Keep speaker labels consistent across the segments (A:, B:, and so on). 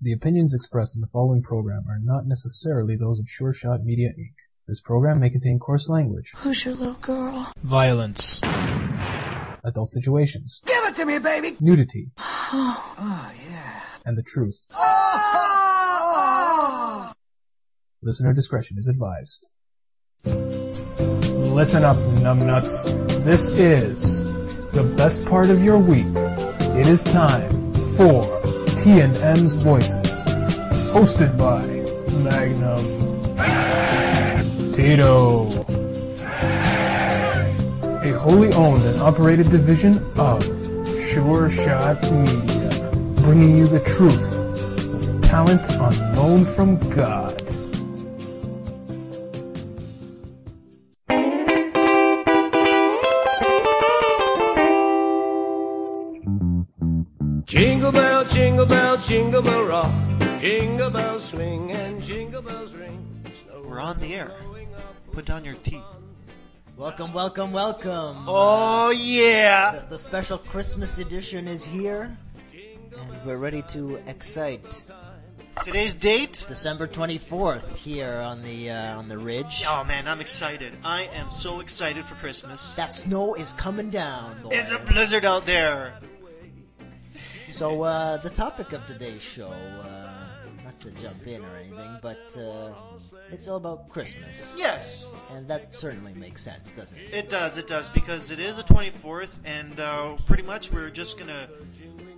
A: The opinions expressed in the following program are not necessarily those of Sure Shot Media, Inc. This program may contain coarse language,
B: Who's your little girl?
C: violence,
A: adult situations,
D: Give it to me, baby!
A: nudity,
D: Oh, yeah.
A: and the truth.
D: Oh!
A: Listener discretion is advised. Listen up, numbnuts. This is the best part of your week. It is time for T&M's Voices, hosted by Magnum, Tito, a wholly owned and operated division of Sure Shot Media, bringing you the truth with talent unknown from God.
E: Jingle bell, jingle bell, jingle bell rock. Jingle bells swing and jingle bells ring.
F: We're on the air. Put down your tea.
G: Welcome, welcome, welcome.
F: Oh yeah!
G: The, the special Christmas edition is here, and we're ready to excite.
F: Today's date?
G: December 24th here on the uh, on the ridge.
F: Oh man, I'm excited. I am so excited for Christmas.
G: That snow is coming down, boy.
F: It's a blizzard out there.
G: so uh, the topic of today's show, uh, not to jump in or anything, but uh, it's all about Christmas,
F: Yes,
G: and that certainly makes sense, doesn't it?
F: it does. It does because it is the 24th, and uh, pretty much we're just gonna.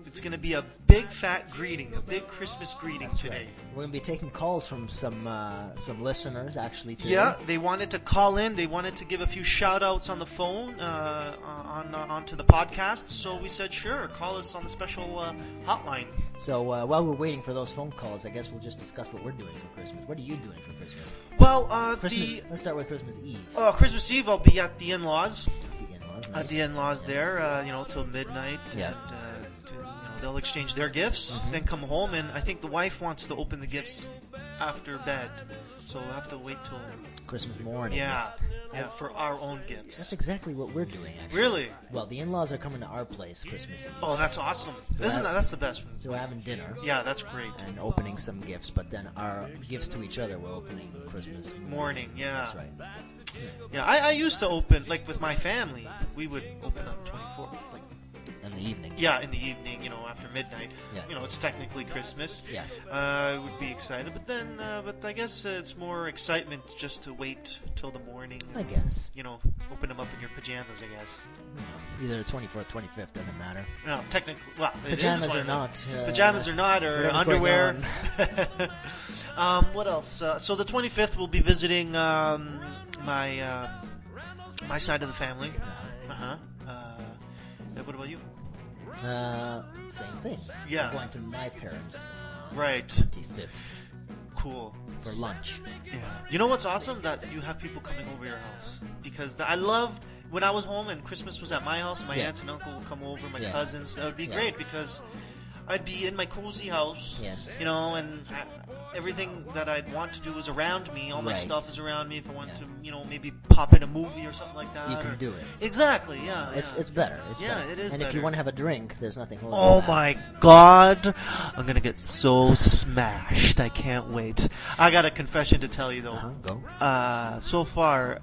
F: It's gonna be a big fat greeting, a big Christmas greeting today.
G: We're gonna be taking calls from some uh, some listeners actually today.
F: Yeah, they wanted to call in. They wanted to give a few shout outs on the phone, uh, on, on onto the podcast. So we said, sure, call us on the special uh, hotline.
G: So uh, while we're waiting for those phone calls, I guess we'll just discuss what we're doing for Christmas. What are you doing for Christmas?
F: Well, uh,
G: Christmas.
F: the
G: Let's start with Christmas Eve.
F: Uh, Christmas Eve, I'll be at the in-laws.
G: The in-laws.
F: At the
G: nice.
F: in-laws there, uh, you know, till midnight.
G: Yeah. Mm-hmm.
F: And, uh, to, you know, they'll exchange their gifts, then come home, and I think the wife wants to open the gifts after bed, so we'll have to wait till
G: Christmas morning.
F: yeah, yeah, for our own gifts.
G: That's exactly what we're doing. Actually.
F: Really?
G: Well, the in-laws are coming to our place Christmas Eve,
F: Oh, that's awesome! Isn't that that's the best one?
G: so we're having dinner
F: Yeah, that's great.
G: and opening some gifts. But then our gifts to each other, we're opening Christmas
F: Morning, yeah.
G: That's right.
F: Yeah, I, I used to open like with my family. We would open on 24th, like
G: In the evening.
F: Yeah, in the evening, you know, after midnight.
G: Yeah.
F: You know, it's technically Christmas.
G: Yeah.
F: Uh, I would be excited, but then, uh, but I guess uh, it's more excitement just to wait till the morning.
G: I guess.
F: You know, open them up in your pajamas, I guess.
G: You know, either the 24th, 25th doesn't matter.
F: No, technically, well, it is the
G: Pajamas or
F: 25th.
G: not, uh,
F: pajamas or not, or
G: whatever's
F: underwear. um, what else? Uh, so the 25th, we'll be visiting um, my uh, my side of the family. Uh-huh. Uh, what about you?
G: Uh, same thing.
F: Yeah.
G: I'm going to my parents.
F: Right.
G: 25th
F: Cool.
G: for lunch.
F: Yeah. You know what's awesome? That you have people coming over your house because the, I loved when I was home and Christmas was at my house. My
G: Yeah.
F: aunts and uncle would come over, my
G: Yeah.
F: cousins. That would be
G: Yeah.
F: great because I'd be in my cozy house.
G: Yes.
F: You know, and I, everything that I'd want to do is around me. All my
G: Right.
F: stuff is around me. If I want
G: Yeah.
F: to, you know, maybe pop in a movie or something like that.
G: You can
F: or-
G: do it.
F: Exactly. Yeah.
G: It's
F: yeah.
G: it's better. It's
F: Yeah,
G: better.
F: it is
G: And if you
F: better.
G: want to have a drink, there's nothing holding
F: Oh
G: you back.
F: my god, I'm gonna get so smashed. I can't wait. I got a confession to tell you though.
G: Uh-huh, go.
F: Uh, so far,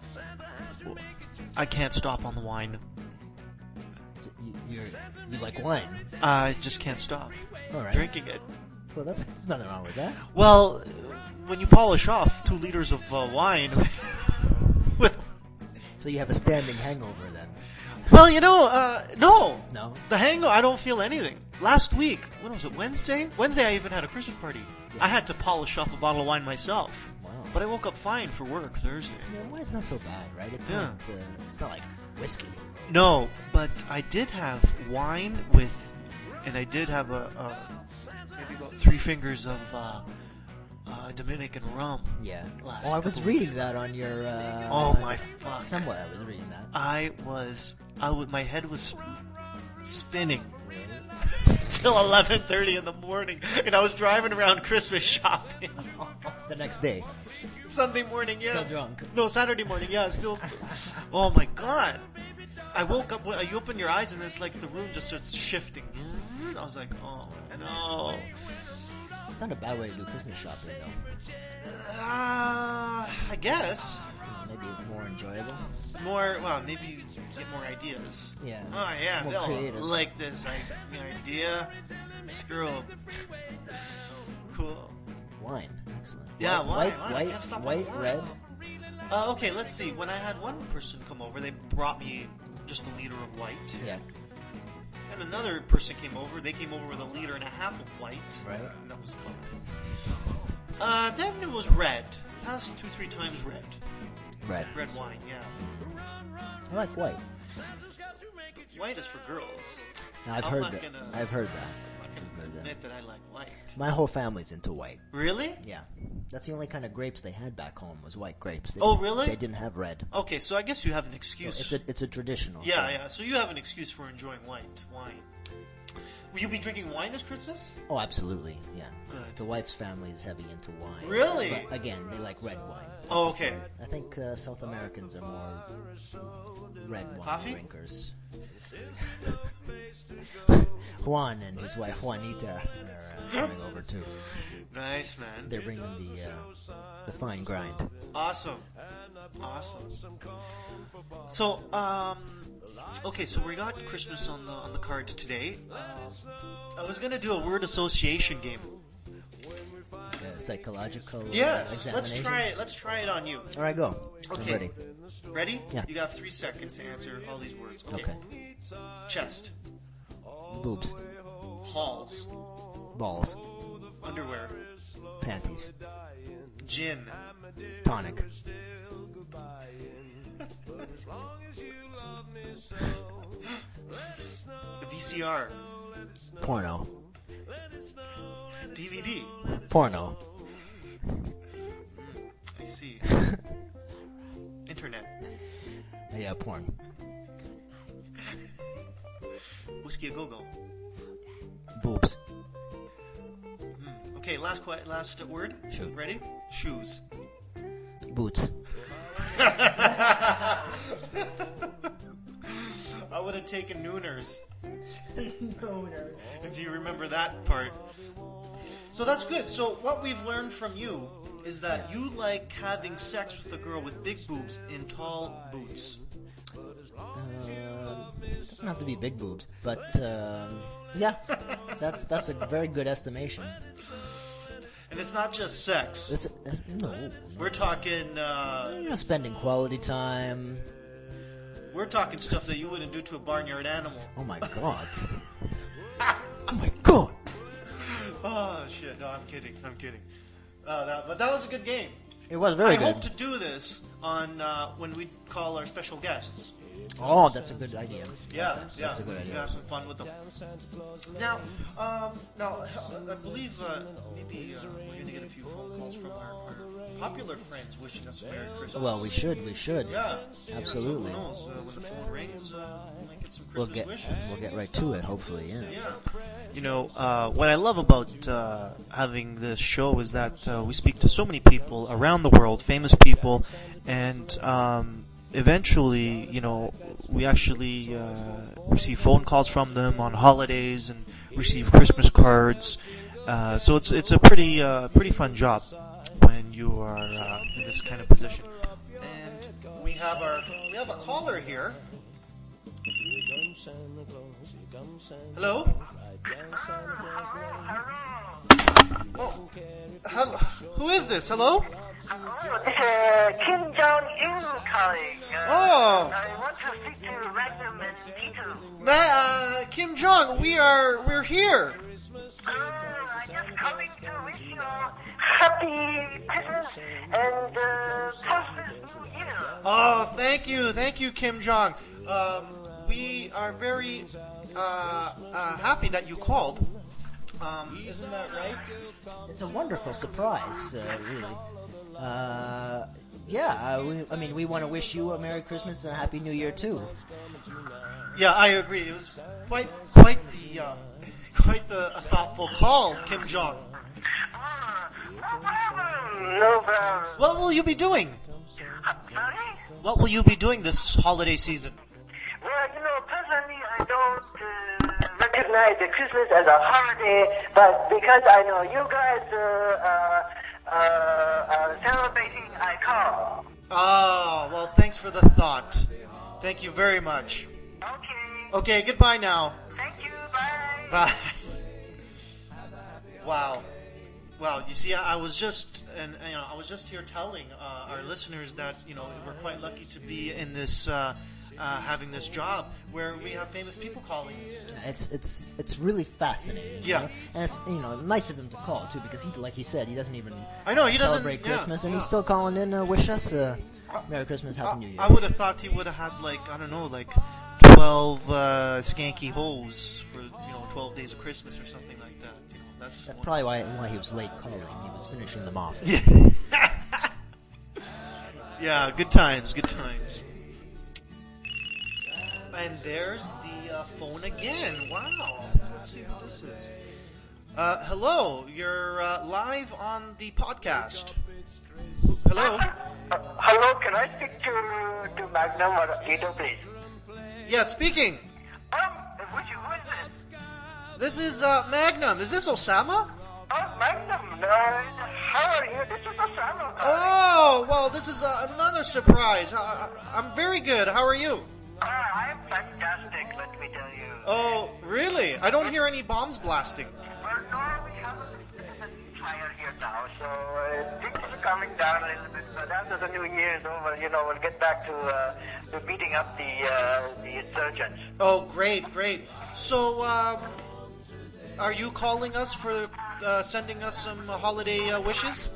F: I can't stop on the wine.
G: You, you're, you like wine.
F: I just can't stop
G: All right.
F: drinking it.
G: Well, that's, there's nothing wrong with that.
F: Well, when you polish off two liters of uh, wine with.
G: So you have a standing hangover then?
F: Well, you know, uh, no.
G: No.
F: The hangover, I don't feel anything. Last week, when was it, Wednesday? Wednesday, I even had a Christmas party. I had to polish off a bottle of wine myself.
G: Wow.
F: But I woke up fine for work Thursday.
G: Yeah, wine's not so bad, right? It's
F: Yeah.
G: not. Uh, it's not like whiskey.
F: No, but I did have wine with, and I did have a, a maybe about three fingers of uh, uh, Dominican rum.
G: Yeah.
F: Last
G: oh, I was
F: couple
G: reading
F: weeks.
G: that on your. Uh,
F: Oh my fuck!
G: Somewhere I was reading that.
F: I was, I was, my head was spinning till 11:30 in the morning, and I was driving around Christmas shopping
G: The next day.
F: Sunday morning. Yeah,
G: Still drunk.
F: No, Saturday morning. Yeah, still. oh my god! I woke up. You open your eyes and it's like the room just starts shifting. I was like, oh no.
G: It's not a bad way to do Christmas shopping, though.
F: Uh, I guess.
G: Hmm, Maybe it's more enjoyable.
F: More, well, maybe you get more ideas.
G: Yeah.
F: Oh, yeah,
G: More
F: they'll
G: creative.
F: like this I, idea. Screw 'em. Cool.
G: Wine, excellent.
F: Yeah,
G: white,
F: wine, wine. I
G: white,
F: can't stop on
G: white,
F: wine.
G: red.
F: Uh, okay, let's see. When I had one person come over, they brought me just a liter of white.
G: Yeah.
F: And another person came over. They came over with a liter and a half of white.
G: Right.
F: And that was color. Uh, then it was red. Past two, three times red.
G: Red.
F: Red wine, yeah.
G: I like white.
F: White is for girls.
G: Now, I've
F: I'm
G: heard
F: not
G: that.
F: gonna-
G: I've heard that.
F: I
G: I've
F: can
G: heard that.
F: admit that I like white.
G: My whole family's into white.
F: Really?
G: Yeah. That's the only kind of grapes they had back home was white grapes. They,
F: Oh, really?
G: They didn't have red.
F: Okay, so I guess you have an
G: So
F: excuse.
G: it's a it's a traditional.
F: yeah,
G: thing.
F: yeah. So you have an excuse for enjoying white wine. Will you be drinking wine this Christmas?
G: Oh, absolutely. Yeah.
F: Good.
G: The wife's family is heavy into wine.
F: Really?
G: But again, they like red wine.
F: Oh, okay.
G: I think uh, South Americans are more red wine
F: Coffee?
G: drinkers. Juan and his wife Juanita are uh, coming over too.
F: Nice, man.
G: They're bringing the uh, the fine grind.
F: Awesome. Awesome. So, um, okay, so we got Christmas on the on the card today. Um I was gonna do a word association game.
G: Uh, psychological. uh,
F: Yes, let's
G: examination.
F: try it. Let's try it on you.
G: All right, go.
F: Okay.
G: I'm ready.
F: Ready?
G: Yeah.
F: You got three seconds to answer all these words. Okay.
G: Okay.
F: Chest,
G: Boobs,
F: halls,
G: balls,
F: underwear,
G: panties,
F: gin,
G: tonic,
F: the VCR,
G: porno,
F: DVD.
G: porno,
F: I see. Internet,
G: yeah, porn,
F: whiskey a go go.
G: boobs,
F: Okay, last qu- last word.
G: Shoe.
F: Ready? Shoes.
G: boots.
F: I would have taken Nooners. Nooners. If you remember that part. So that's good. So what we've learned from you is that you like having sex with a girl with big boobs in tall boots.
G: Uh, doesn't have to be big boobs, but um, yeah, that's that's a very good estimation.
F: And it's not just sex.
G: This, uh, no,
F: We're talking uh,
G: you know, spending quality time.
F: we're talking stuff that you wouldn't do to a barnyard animal.
G: Oh my god. oh my god.
F: Oh shit, no, I'm kidding. I'm kidding. Uh, that, but that was a good game.
G: It was very
F: I
G: good.
F: hope to do this on uh, when we call our special guests.
G: Oh, that's a good idea.
F: Yeah, yeah.
G: That's a good
F: we
G: idea.
F: can have some fun with them. Now, um, now I believe uh, maybe uh, we're gonna get a few phone calls from our, our popular friends wishing us a Merry Christmas.
G: Well, we should. We should.
F: Yeah,
G: Absolutely.
F: Yeah, so who knows? Uh, when the phone rings, uh, we might get some Christmas
G: We'll get
F: wishes.
G: we'll get right to it. Hopefully, yeah.
F: Yeah. You know, uh, what I love about uh, having this show is that uh, we speak to so many people around the world, famous people, and um, eventually, you know, we actually uh, receive phone calls from them on holidays and receive Christmas cards. Uh, so it's it's a pretty uh, pretty fun job when you are uh, in this kind of position. And we have our we have a caller here. Hello. Oh, hello. Who is this? Hello?
B: Hello, this is Kim Jong Un calling.
F: Oh.
B: Uh, I want to speak to Magnum and P2.
F: Ma- uh, Kim Jong, we are we're here.
B: Uh, I'm just coming to wish you a happy Christmas and uh, prosperous New Year.
F: Oh, thank you, thank you, Kim Jong. Um, we are very uh, uh, happy that you called. Um, isn't that right?
G: It's a wonderful surprise, uh, really. Uh, yeah, uh, we, I mean, we want to wish you a Merry Christmas and a Happy New Year too.
F: Yeah, I agree. It was quite quite the uh, quite the thoughtful call, Kim Jong.
B: Ah, no problem, no problem.
F: What will you be doing?
B: Sorry?
F: What will you be doing this holiday season?
B: Well, you know, personally, I don't uh, recognize
C: recognize the Christmas as a holiday, but because I know you guys uh, uh, uh, are celebrating, I call.
F: Oh, well, thanks for the thought. Thank you very much.
C: Okay.
F: Okay, goodbye now.
C: Thank you. Bye.
F: Bye. wow. Wow, you see, I I was just, and you know, I was just here telling uh, our listeners that you know we're quite lucky to be in this, uh, uh, having this job where we have famous people calling us.
G: It's it's it's really fascinating. you
F: Yeah.
G: know? and it's you know nice of him to call too because he like he said he doesn't even
F: I know he doesn't
G: celebrate
F: yeah,
G: Christmas and
F: yeah.
G: he's still calling in uh, wish us uh, Merry Christmas, Happy New
F: I,
G: Year.
F: Uh, I would have thought he would have had like I don't know, like twelve uh, skanky holes for you know twelve days of Christmas or something like that. You know, that's
G: That's
F: one-
G: probably why why he was late calling. He was finishing them off.
F: Yeah, good times, good times. And there's the uh, phone again. Wow. Let's see what this is. Uh, hello, you're uh, live on the podcast. Hello.
C: Uh, hello, can I speak to to Magnum or Vito, please?
F: Yeah, speaking.
C: Um, which who is this?
F: This is uh, Magnum. Is this Osama?
C: Oh, Magnum. Uh, how are you? This is Osama. calling.
F: Oh, well, this is uh, another surprise. I, I, I'm very good. How are you?
C: Uh, I'm fantastic. Let me tell you.
F: Oh, really? I don't hear any bombs blasting.
C: Well, no, we have a little bit of fire here now, so uh, things are coming down a little bit. But after the new year is over, you know, we'll get back to uh, to beating up the uh, the insurgents.
F: Oh, great, great. So, um, are you calling us for uh, sending us some holiday uh, wishes?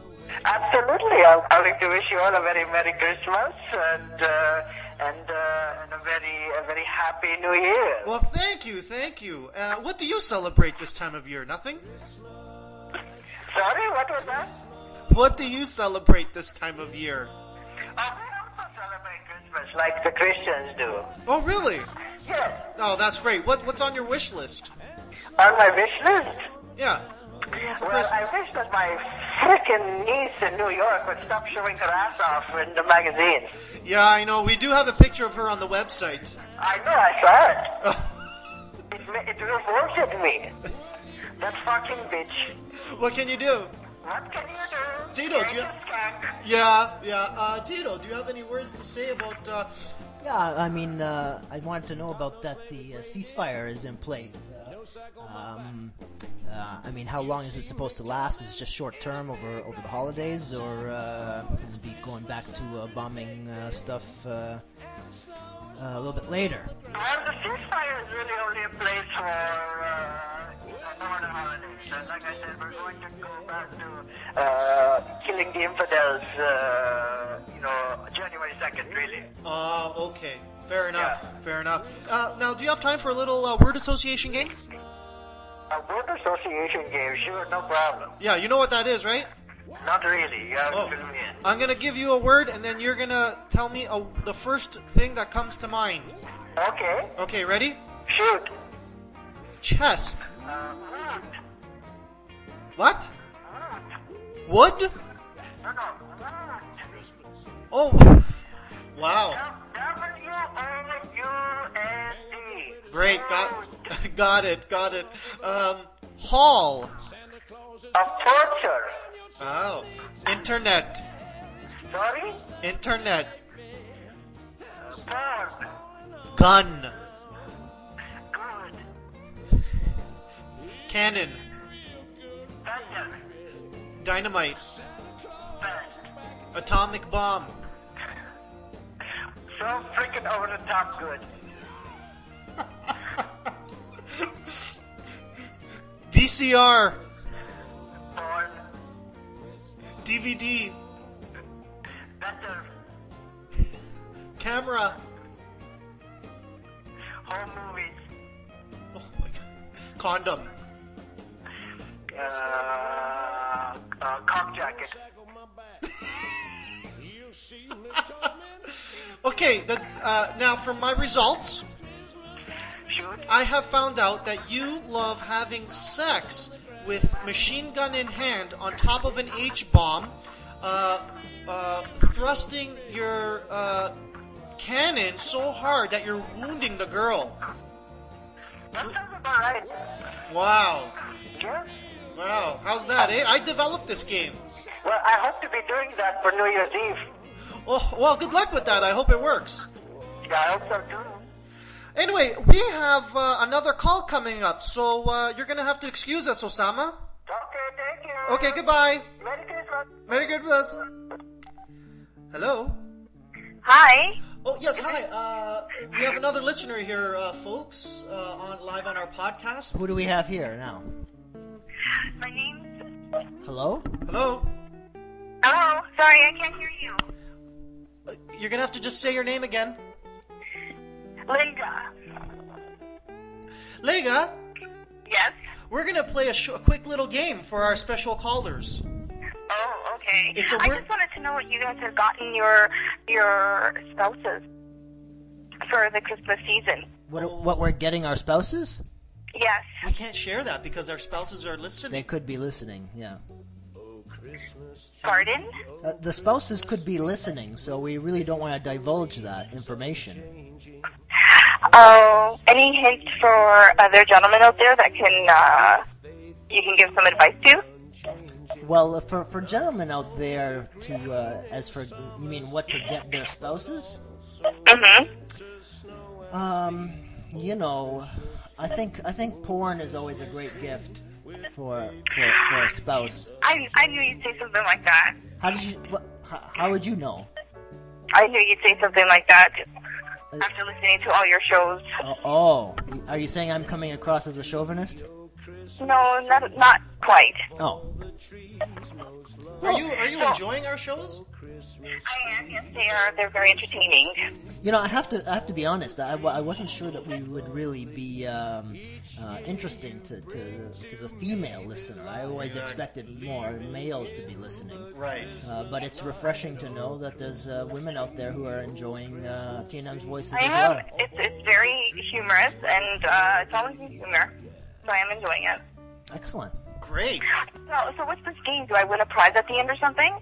C: Absolutely, I, I would like to wish you all a very merry Christmas and uh, and uh, and a very a very happy New Year.
F: Well, thank you, thank you. Uh, what do you celebrate this time of year? Nothing?
C: Sorry, what was that?
F: What do you celebrate this time of year?
C: Oh, we also celebrate Christmas like the Christians do.
F: Oh, really?
C: Yes,
F: Oh, that's great. What What's on your wish list?
C: on my wish list.
F: Yeah. What do you want for
C: Well, I
F: Christmas?
C: wish that my frickin' niece in New York would stop showing her ass off in the magazines.
F: Yeah, I know. We do have a picture of her on the website.
C: I know, I saw it. It, ma- it revolted me. That fucking bitch.
F: what can you do?
C: What can you do?
F: Tito,
C: Thank
F: do you-
C: skank.
F: Yeah, yeah. Uh, Tito, do you have any words to say about uh,
G: Yeah, I mean, uh, I wanted to know about that. The uh, ceasefire is in place. Uh, um, uh, I mean, how long is it supposed to last? Is it just short term over over the holidays, or uh, will it be going back to uh, bombing uh, stuff uh, uh, a little bit later?
C: Well, the ceasefire is really only a place for uh, northern holidays. And like I said, we're going to go back to uh, killing the infidels, uh, you know, January 2nd, really.
F: Ah, okay. Fair enough. Fair enough. Uh, now, do you have time for a little uh, word association game?
C: A word association game, sure, no problem.
F: Yeah, you know what that is, right?
C: Not really. You have
F: Oh.
C: to fill me in.
F: I'm gonna give you a word, and then you're gonna tell me a, the first thing that comes to mind.
C: Okay.
F: Okay, ready?
C: Shoot.
F: Chest.
C: Uh, wood.
F: What?
C: Wood.
F: Wood?
C: No, no. Wood.
F: Oh. Wow.
C: W-O-U-N-D.
F: Great. Got. Got it. Got it. Um. Hall.
C: A torture.
F: Wow. Internet.
C: Sorry?
F: Internet.
C: Porn.
F: Gun.
C: Good.
F: Cannon.
C: Thunder.
F: Dynamite.
C: Bad.
F: Atomic bomb.
C: So freaking over the top good.
F: VCR.
C: Porn.
F: DVD.
C: Better.
F: Camera.
C: Home movies.
F: Oh my god. Condom.
C: Uh, uh, cock jacket.
F: Okay, the, uh, now from my results,
C: Shoot.
F: I have found out that you love having sex with machine gun in hand on top of an H bomb, uh, uh, thrusting your uh, cannon so hard that you're wounding the girl.
B: That sounds about right.
F: Wow.
B: Yeah.
F: Wow. How's that, eh? I developed this game.
B: Well, I hope to be doing that for New Year's Eve.
F: Oh, well, good luck with that. I hope it works.
B: Yeah, I hope so too.
F: Anyway, we have uh, another call coming up, so uh, you're going to have to excuse us, Osama.
B: Okay, thank you.
F: Okay, goodbye.
B: Merry Christmas.
F: Merry Christmas. Hello?
C: Hi.
F: Oh, yes, hi. Uh, we have another listener here, uh, folks, uh, on live on our podcast.
G: Who do we have here now?
C: My name's.
G: Hello?
F: Hello?
C: Hello. Sorry, I can't hear you.
F: Uh, You're going to have to just say your name again.
C: Linda.
F: Lega,
C: Yes.
F: we're going to play a, sh- a quick little game for our special callers.
C: Oh, okay.
F: It's a
C: I
F: word-
C: just wanted to know what you guys have gotten your your spouses for the Christmas season.
G: What, what we're getting our spouses?
C: Yes.
F: We can't share that because our spouses are listening.
G: They could be listening, yeah.
C: Pardon?
G: Uh, the spouses could be listening, so we really don't want to divulge that information.
C: Oh, any hint for other gentlemen out there that can uh, you can give some advice to?
G: Well, uh, for for gentlemen out there, to uh, as for you mean what to get their spouses?
C: Mm-hmm.
G: Um, you know, I think I think porn is always a great gift for for, for a spouse.
C: I I knew you'd say something like that.
G: How did you? What, how, how would you know?
C: I knew you'd say something like that after listening to all your shows.
G: Oh, oh, are you saying I'm coming across as a chauvinist?
C: No, not not quite.
G: Oh,
F: Are you are you enjoying our shows?
C: I am. Yes, they are. They're very entertaining.
G: You know, I have to. I have to be honest. I, wa- I wasn't sure that we would really be um, uh, interesting to, to to the female listener. I always expected more males to be listening.
F: Right.
G: Uh, but it's refreshing to know that there's uh, women out there who are enjoying uh, TNM's voices
C: I
G: as
C: am.
G: well.
C: It's it's very humorous and uh, it's always been humor, so I am enjoying it.
G: Excellent.
F: Great.
C: So so what's this game? Do I win a prize at the end or something?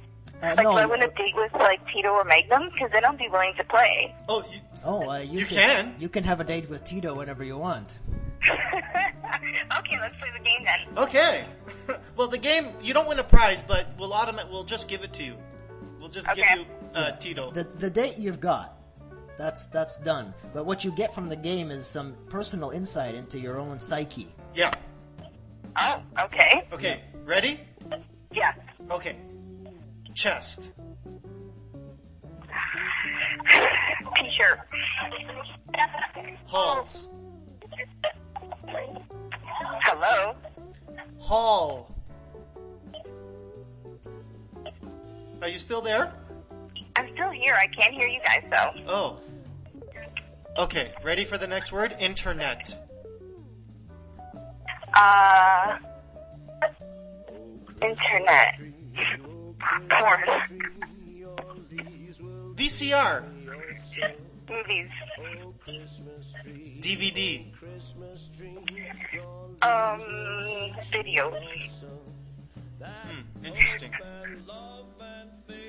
G: Uh,
C: Like
G: no.
C: do I win a date with like Tito or Magnum? Because then I'll be willing to play.
F: Oh, you,
G: oh, uh, you,
F: You can.
G: You can have a date with Tito whenever you want.
C: okay, let's play the game then.
F: okay. well, the game you don't win a prize, but we'll automate. We'll just give it to you. We'll just give
C: Okay.
F: you uh, Tito.
G: The the date you've got. That's that's done. But what you get from the game is some personal insight into your own psyche.
F: yeah.
C: Oh, okay.
F: Okay. Ready?
C: Yeah.
F: Okay. Chest.
C: T-shirt.
F: Halls.
C: Hello.
F: Hall. Are you still there?
C: I'm still here. I can't hear you guys though.
F: Oh. Okay, ready for the next word? Internet.
C: Uh, internet. Porn.
F: VCR.
C: Movies.
F: DVD.
C: Um, videos.
F: Hmm. Interesting.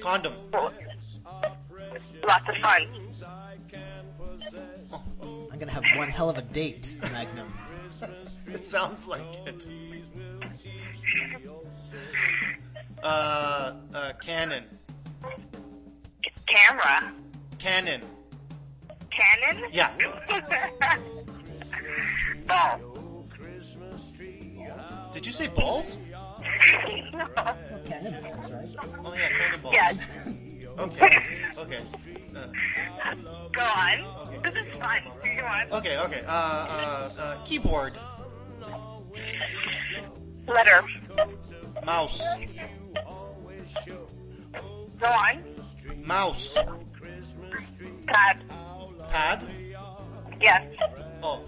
F: Condom.
C: Lots of fun.
G: I'm gonna have one hell of a date, Magnum.
F: It sounds like it. Uh, uh, Canon.
C: Camera.
F: Canon.
C: Cannon.
F: Yeah.
C: Ball.
F: Did you say balls?
C: No.
G: Cannonballs, right?
F: Oh yeah, cannon balls.
C: Yeah.
F: Okay. Okay. Uh,
C: Go on. This is fun. Go on.
F: okay. Okay. Uh, uh, uh, keyboard.
C: Letter.
F: Mouse.
C: Go on.
F: Mouse.
C: Pad.
F: Pad.
C: Yes.
F: Oh.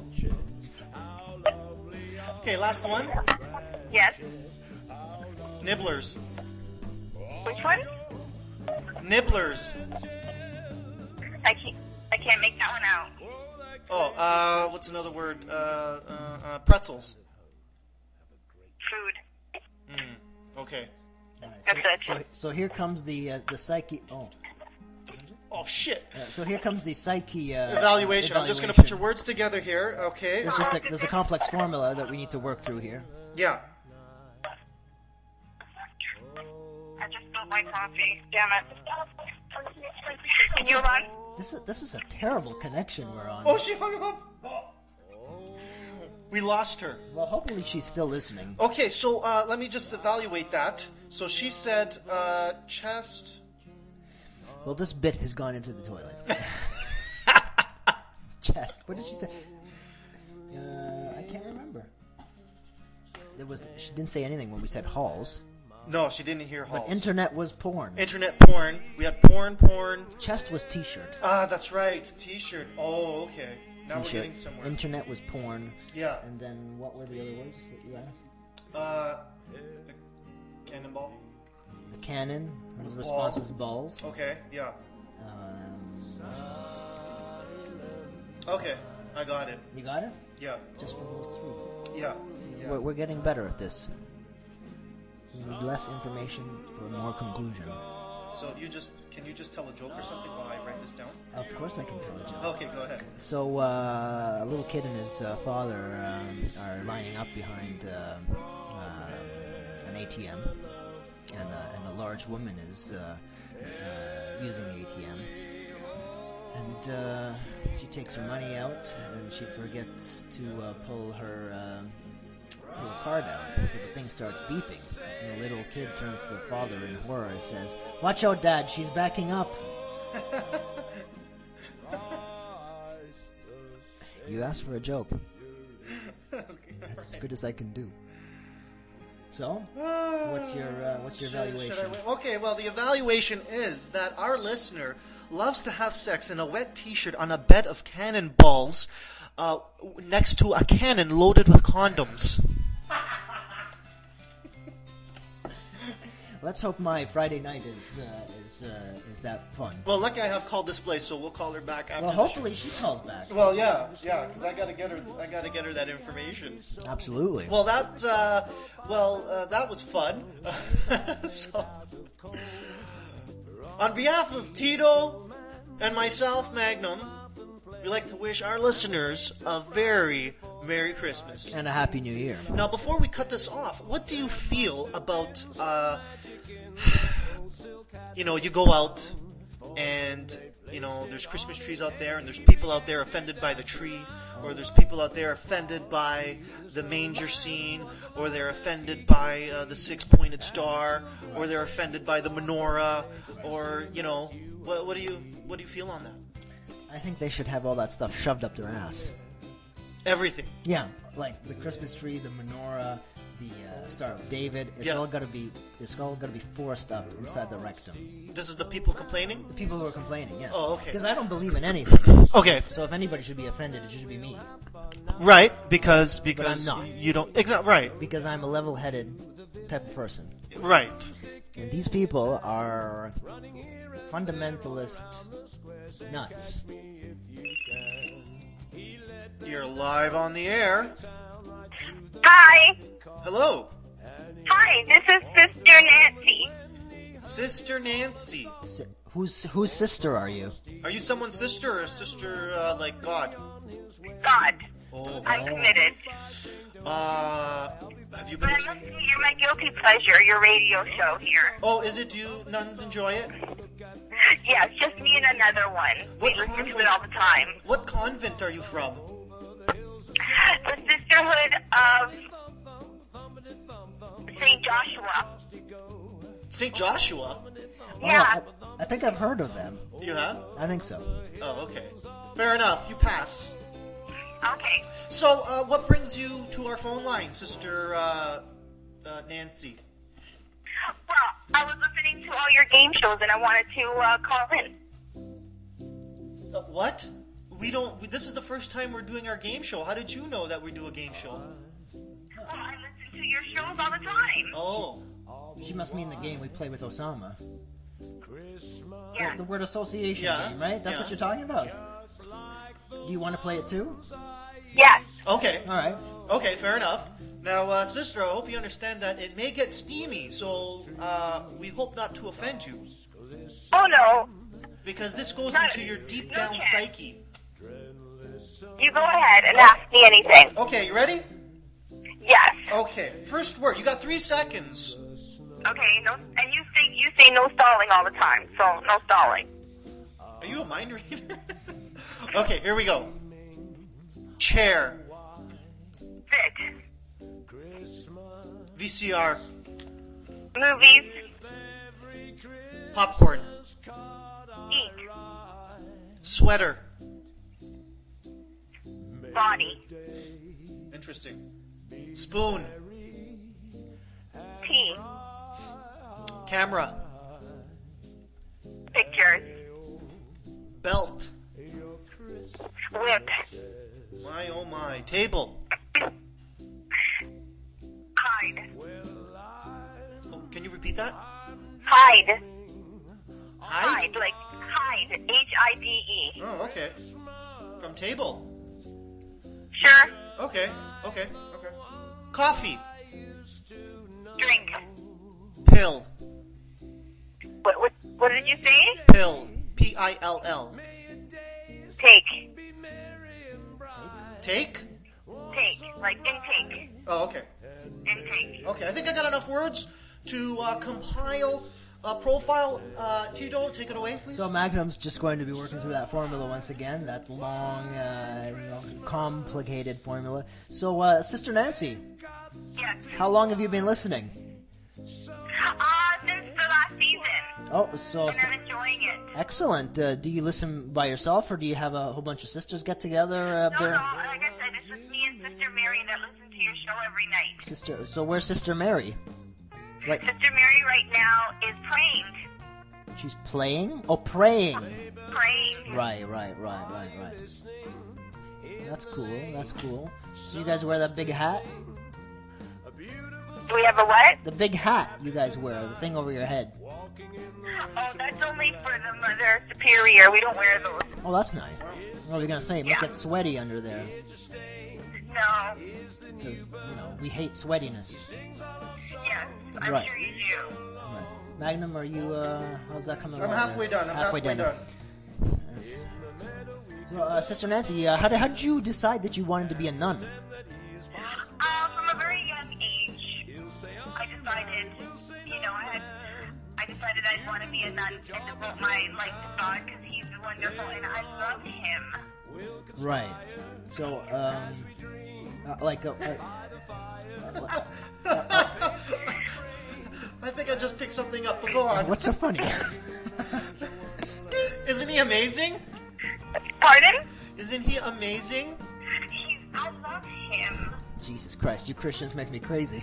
F: Okay. Last one.
C: Yes.
F: Nibblers.
C: Which one?
F: Nibblers.
C: I can't. I can't make that one out.
F: Oh. Uh, what's another word? Uh, uh, uh pretzels.
C: Food.
F: Okay.
G: All right,
C: That's it.
G: so, so here comes the uh, the psyche. Oh,
F: Oh shit!
G: Uh, so here comes the psyche uh,
F: Evaluation.
G: uh,
F: I'm just going to put your
G: evaluation.
F: words together here. Okay.
G: There's just a, there's a complex formula that we need to work through here.
F: Yeah.
C: I just spilled my coffee. Damn it. Can you hold on?
G: This is this is a terrible connection we're on.
F: Oh, she hung up.
G: Oh.
F: We lost her.
G: Well, hopefully she's still listening.
F: Okay, so uh, let me just evaluate that. So she said uh, chest.
G: Well, this bit has gone into the toilet. Chest. What did she say? Uh, I can't remember. There was she didn't say anything when we said halls.
F: No, she didn't hear halls.
G: Internet was porn.
F: Internet porn. We had porn, porn.
G: Chest was t-shirt.
F: Ah, that's right. T-shirt. Oh, okay. Now we're
G: T-shirt.
F: getting somewhere.
G: Internet was porn.
F: yeah.
G: And then what were the other words that you asked?
F: Uh, the cannonball.
G: The cannon. And the response was balls.
F: Okay. Yeah.
G: Um,
F: Okay. I got it.
G: you got it?
F: Yeah.
G: Just from those three.
F: Yeah. Yeah.
G: We're, we're getting better at this. We need less information for more conclusion.
F: So you just can you just tell a joke or something while I write this down?
G: Of course I can tell a joke.
F: Okay, go ahead.
G: So uh, a little kid and his uh, father um, are lining up behind um um an ATM, and, uh, and a large woman is uh, uh, using the ATM, and uh, she takes her money out, and she forgets to uh, pull her. Uh, pull a card out, so the thing starts beeping. And the little kid turns to the father in horror and says, Watch out, Dad, she's backing up. You asked for a joke. That's as good as I can do. So, what's your uh, what's your
F: Should- should I
G: evaluation?
F: wait? okay, well, the evaluation is that our listener loves to have sex in a wet T-shirt on a bed of cannonballs, uh, w- next to a cannon loaded with condoms.
G: Let's hope my Friday night is uh, is uh, is that fun.
F: Well, lucky I have called this place, so we'll call her back after.
G: Well,
F: the show.
G: hopefully she calls back.
F: Well, yeah, yeah, because I gotta get her. I gotta get her that information.
G: Absolutely.
F: Well, that. Uh, well, uh, that was fun. so, on behalf of Tito and myself, Magnum, we'd like to wish our listeners a very merry Christmas.
G: And a happy new year.
F: Now, before we cut this off, what do you feel about, uh, you know, you go out and, you know, there's Christmas trees out there and there's people out there offended by the tree or there's people out there offended by the manger scene or they're offended by uh, the six pointed star or they're offended by the menorah or, you know, what, what do you what do you feel on that?
G: I think they should have all that stuff shoved up their ass.
F: Everything.
G: Yeah, like the Christmas tree, the menorah, the uh, Star of David. It's
F: Yeah.
G: all gotta be it's all gotta be forced up inside the rectum.
F: This is the people complaining?
G: The people who are complaining, yeah.
F: Oh, okay.
G: Because I don't believe in anything.
F: Okay,
G: So if anybody should be offended, it should be me,
H: Right, because because
G: not.
H: you don't exactly right,
G: because I'm a level-headed type of person,
H: right.
G: and these people are fundamentalist nuts.
F: you're live on the air.
C: Hi.
F: Hello.
C: Hi, this is Sister Nancy.
F: Sister Nancy.
G: Si- whose whose sister are you?
F: Are you someone's sister or a sister uh, like God?
C: God,
F: Oh.
C: I'm committed.
F: Uh, have you
C: But
F: been
C: I must
F: listening?
C: say, you're my guilty pleasure, your radio show here.
F: Oh, is it you? Nuns enjoy it?
C: Yes, just me and another one. We
F: What
C: listen to
F: convent-
C: it all the time.
F: What convent are you from?
C: The Sisterhood of St. Joshua.
F: St. Joshua?
C: Yeah.
G: Oh, I, I think I've heard of them.
F: You have?
G: I think so.
F: Oh, okay. Fair enough. You pass.
C: Okay.
F: So, uh, what brings you to our phone line, Sister uh, uh, Nancy?
C: Well, I was listening to all your game shows and I wanted to uh, call in.
F: Uh, what? We don't. We, this is the first time we're doing our game show. How did you know that we do a game show?
C: Well, I listen to your shows all the time.
F: Oh,
G: She must mean the game we play with Osama.
C: Yeah.
G: The word association
F: Yeah,
G: game, right? That's
F: yeah.
G: what you're talking about. Do you want to play it too?
C: Yes.
F: okay.
G: All right.
F: Okay, fair enough. Now, uh, sister, I hope you understand that it may get steamy, so uh, we hope not to offend you.
C: Oh no.
F: because this goes
C: No,
F: into your deep
C: you
F: down
C: can't.
F: psyche.
C: You go ahead and ask me anything.
F: Okay, you ready?
C: Yes.
F: Okay, first word. You got three seconds.
C: Okay. No. And you say you say no stalling all the time, so no stalling.
F: Are you a mind reader? okay, here we go. Chair,
C: Sit.
F: VCR,
C: Movies.
F: popcorn,
C: Eat.
F: sweater.
C: Body.
F: Interesting. Spoon,
C: Tea.
F: camera,
C: Pictures.
F: belt.
C: Whip.
F: My oh my. Table.
C: Hide.
F: Oh, can you repeat that?
C: Hide.
F: Hide.
C: Hide. Like hide. H I D E.
F: Oh, okay. From table.
C: Sure.
F: Okay, okay, okay. Coffee,
C: Drink.
F: pill,
C: What? What? What did you say?
F: pill, P I L L.
C: Take.
F: Take?
C: Take. Like intake.
F: Oh, okay.
C: Intake.
F: Okay, I think I got enough words to uh, compile a profile. Uh, Tito, take it away, please.
G: So Magnum's just going to be working through that formula once again, that long, uh, you know, complicated formula. So, uh, Sister Nancy,
C: Yes.
G: how long have you been listening?
C: Uh, since the last season,
G: Oh, so
C: and I'm enjoying it.
G: excellent. Uh, do you listen by yourself, or do you have a whole bunch of sisters get together up
C: No, no,
G: there?
C: like I said, it's just me and Sister Mary that listen to your show every night.
G: Sister, so where's Sister Mary? Right,
C: Sister Mary right now is praying.
G: she's playing. Oh, praying.
C: Praying.
G: Right, right, right, right, right. That's cool. That's cool. So you guys wear that big hat?
C: Do we have a what?
G: The big hat you guys wear, the thing over your head.
C: Oh, that's only for the Mother Superior. We don't wear those.
G: Oh, that's nice. What were you gonna say? It must
C: Yeah.
G: get sweaty under there,
C: No.
G: because you know we hate sweatiness.
C: Yes, I'm
G: Right.
C: sure you do.
G: Right. Magnum, are you? Uh, how's that coming
F: I'm
G: along?
F: halfway
G: man?
F: done. I'm halfway, done.
G: That's- So, uh, Sister Nancy, uh, how, did, how did you decide that you wanted to be a nun?
C: Um, from a very young age, I decided, you know, I had, I decided I'd want to be a nun and devote my life to God because He's wonderful and I love Him.
G: Right. So, um, uh, like, uh, uh,
F: I think I just picked something up, but go on.
G: what's so funny?
F: Isn't he amazing?
C: Pardon?
F: Isn't he amazing?
C: He's, I love Him.
G: Jesus Christ, you Christians make me crazy.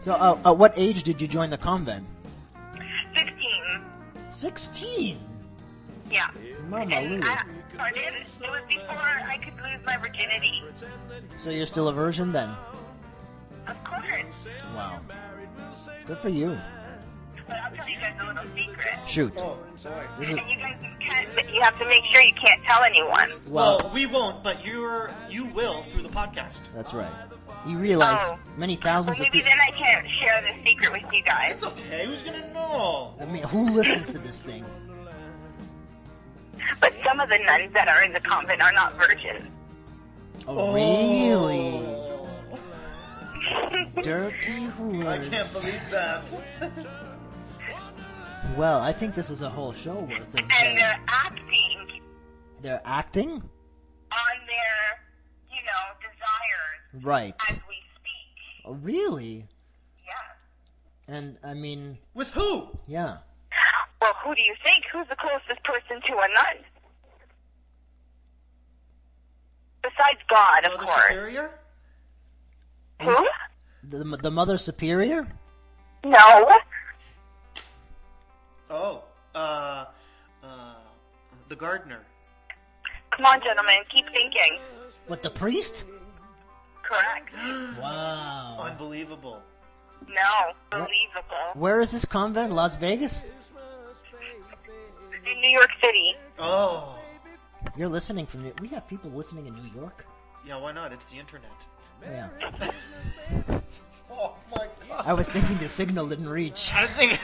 G: So, uh, at what age did you join the convent?
C: 15.
G: Sixteen.
C: Yeah.
G: Mama Lou.
C: And I, pardon? It was before I could lose my virginity.
G: So you're still a virgin then?
C: Of course.
G: Wow. Good for you.
C: But I'll tell you guys a little secret.
G: Shoot.
F: Oh, boy.
G: This is
C: And you guys can't, but you have to make sure you can't tell anyone.
F: Well,
G: well.
F: we won't, but you're you will through the podcast.
G: That's right. You realize
C: Oh.
G: many
C: Well,
G: thousands of
C: maybe
G: people.
C: then I can't share the secret with you guys.
F: It's okay. Who's gonna know?
G: I mean, who listens to this thing?
C: But some of the nuns that are in the convent are not virgins.
G: Oh, really? Dirty
F: I can't
G: whores.
F: believe that.
G: Well, I think this is a whole show worth of
C: And
G: uh,
C: they're acting
G: their acting.
C: on their, you know, desires
G: Right.
C: as we speak.
G: Oh, really?
C: Yeah.
G: And I mean,
F: With who?
G: yeah.
C: Well, who do you think? Who's the closest person to a nun? Besides God, of
F: Mother
C: course.
F: Superior?
C: Who?
G: The, the mother superior.
C: No.
F: Oh, uh, uh, the gardener.
C: Come on, gentlemen, keep thinking.
G: What the priest?
C: Correct.
G: Wow.
F: Unbelievable.
C: No. Believable.
G: Where is this convent? Las Vegas.
C: In New York City.
F: Oh,
G: You're listening from. New- We have people listening in New York.
F: yeah. Why not? It's the internet.
G: Yeah.
F: Oh my god.
G: I was thinking the signal didn't reach.
F: I think.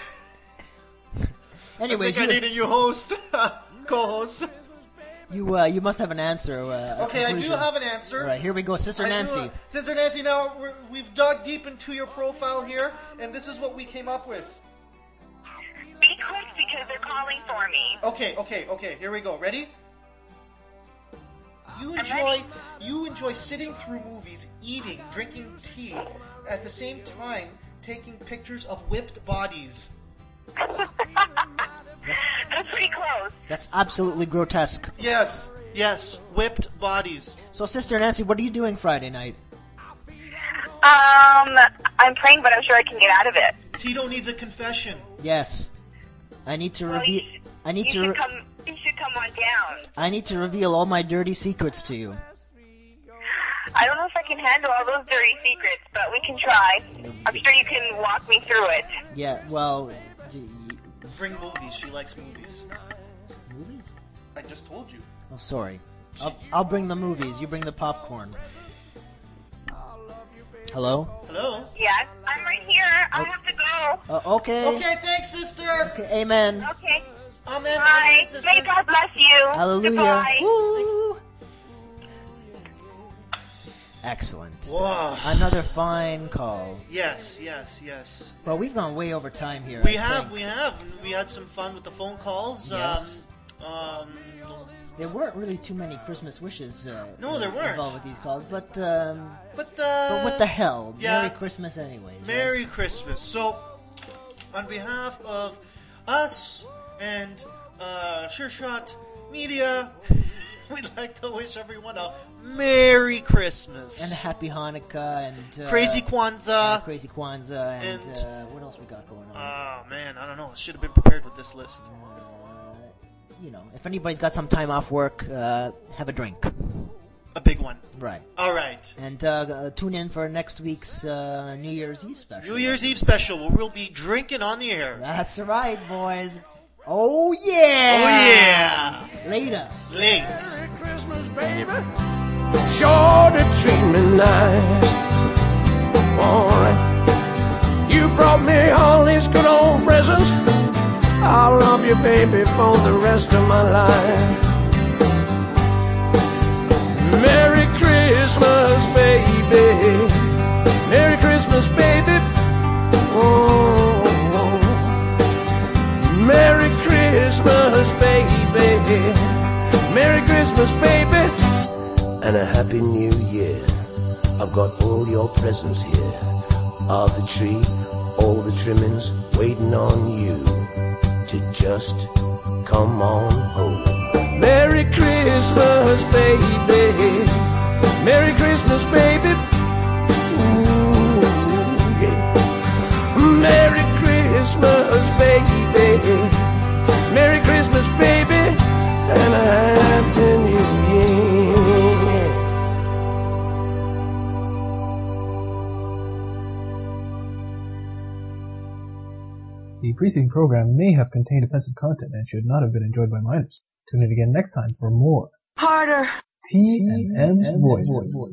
G: Anyways,
F: I think I
G: you,
F: need a new host, co-host.
G: you, uh, you must have an answer. Uh, a
F: Okay, I do
G: conclusion.
F: have an answer.
G: All right, here we go, Sister
F: I do
G: Nancy.
F: have- Sister Nancy, now we're, we've dug deep into your profile here, and this is what we came up with.
C: Be quick because they're calling for me.
F: Okay, okay, okay. Here we go. Ready? You enjoy you enjoy sitting through movies, eating, drinking tea, at the same time taking pictures of whipped bodies.
C: That's pretty close.
G: That's absolutely grotesque.
F: Yes, yes, whipped bodies.
G: So, Sister Nancy, what are you doing Friday night?
C: Um, I'm praying, but I'm sure I can get out of it.
F: Tito needs a confession.
G: Yes, I need to
C: Well,
G: reveal.
C: you should-
G: I need
C: you
G: to.
C: should
G: Re-
C: come. You should come on down.
G: I need to reveal all my dirty secrets to you.
C: I don't know if I can handle all those dirty secrets, but we can try. I'm sure you can walk me through it.
G: Yeah. Well, d-
F: Bring movies. She likes movies.
G: y- movies?
F: I just told you.
G: Oh, sorry. I'll, I'll bring the movies. You bring the popcorn. Hello.
F: Hello.
C: Yes, I'm right here.
G: Oh.
C: I have to go.
G: Uh, okay.
F: Okay, thanks, sister.
G: Okay, Amen.
C: Okay.
F: Amen.
C: Bye.
F: Amen, sister.
C: May God bless you.
G: Hallelujah.
C: Goodbye.
G: Woo. Excellent.
F: Wow.
G: Another fine call.
F: Yes, yes, yes.
G: Well, we've gone way over time here.
F: We
G: I
F: have,
G: think.
F: we have. We had some fun with the phone calls.
G: Yes.
F: Um, um,
G: There weren't really too many Christmas wishes. Uh,
F: No, there weren't.
G: Involved with these calls, but um,
F: but, uh,
G: but what the hell?
F: yeah.
G: Merry Christmas, anyway.
F: Merry Christmas. So, on behalf of us and uh, Sure Shot Media, we'd like to wish everyone a Merry
G: And a
F: Christmas.
G: happy Hanukkah and uh,
F: Crazy
G: and
F: Kwanzaa.
G: crazy Kwanzaa, and,
F: and-
G: uh, what else we got going on?
F: Oh, man, I don't know. Should have been prepared with this list.
G: you know, if anybody's got some time off work, uh, have a drink.
F: A big one.
G: Right.
F: All right.
G: And uh, uh, tune in for next week's uh, New Year's Eve special.
F: New Year's Eve special where we'll be drinking on the air.
G: That's right, boys. Oh
F: Oh,
G: yeah!
F: yeah.
G: yeah! Later.
F: Late.
E: Christmas, baby. Sure to treat me nice. Alright. You brought me all these good old presents. I'll love you, baby, for the rest of my life. Merry Christmas, baby. Merry Christmas, baby. Oh. Merry Christmas, baby. Merry Christmas, baby.
I: and a happy new year. I've got all your presents here. Are the tree, all the trimmings waiting on you to just come on home.
E: Merry Christmas, baby. Merry Christmas, baby. Ooh, yeah. Merry Christmas, baby. Merry Christmas, baby. And a happy new year.
A: The preceding program may have contained offensive content and should not have been enjoyed by minors. Tune in again next time for more
J: Harder.
A: T and M's voices.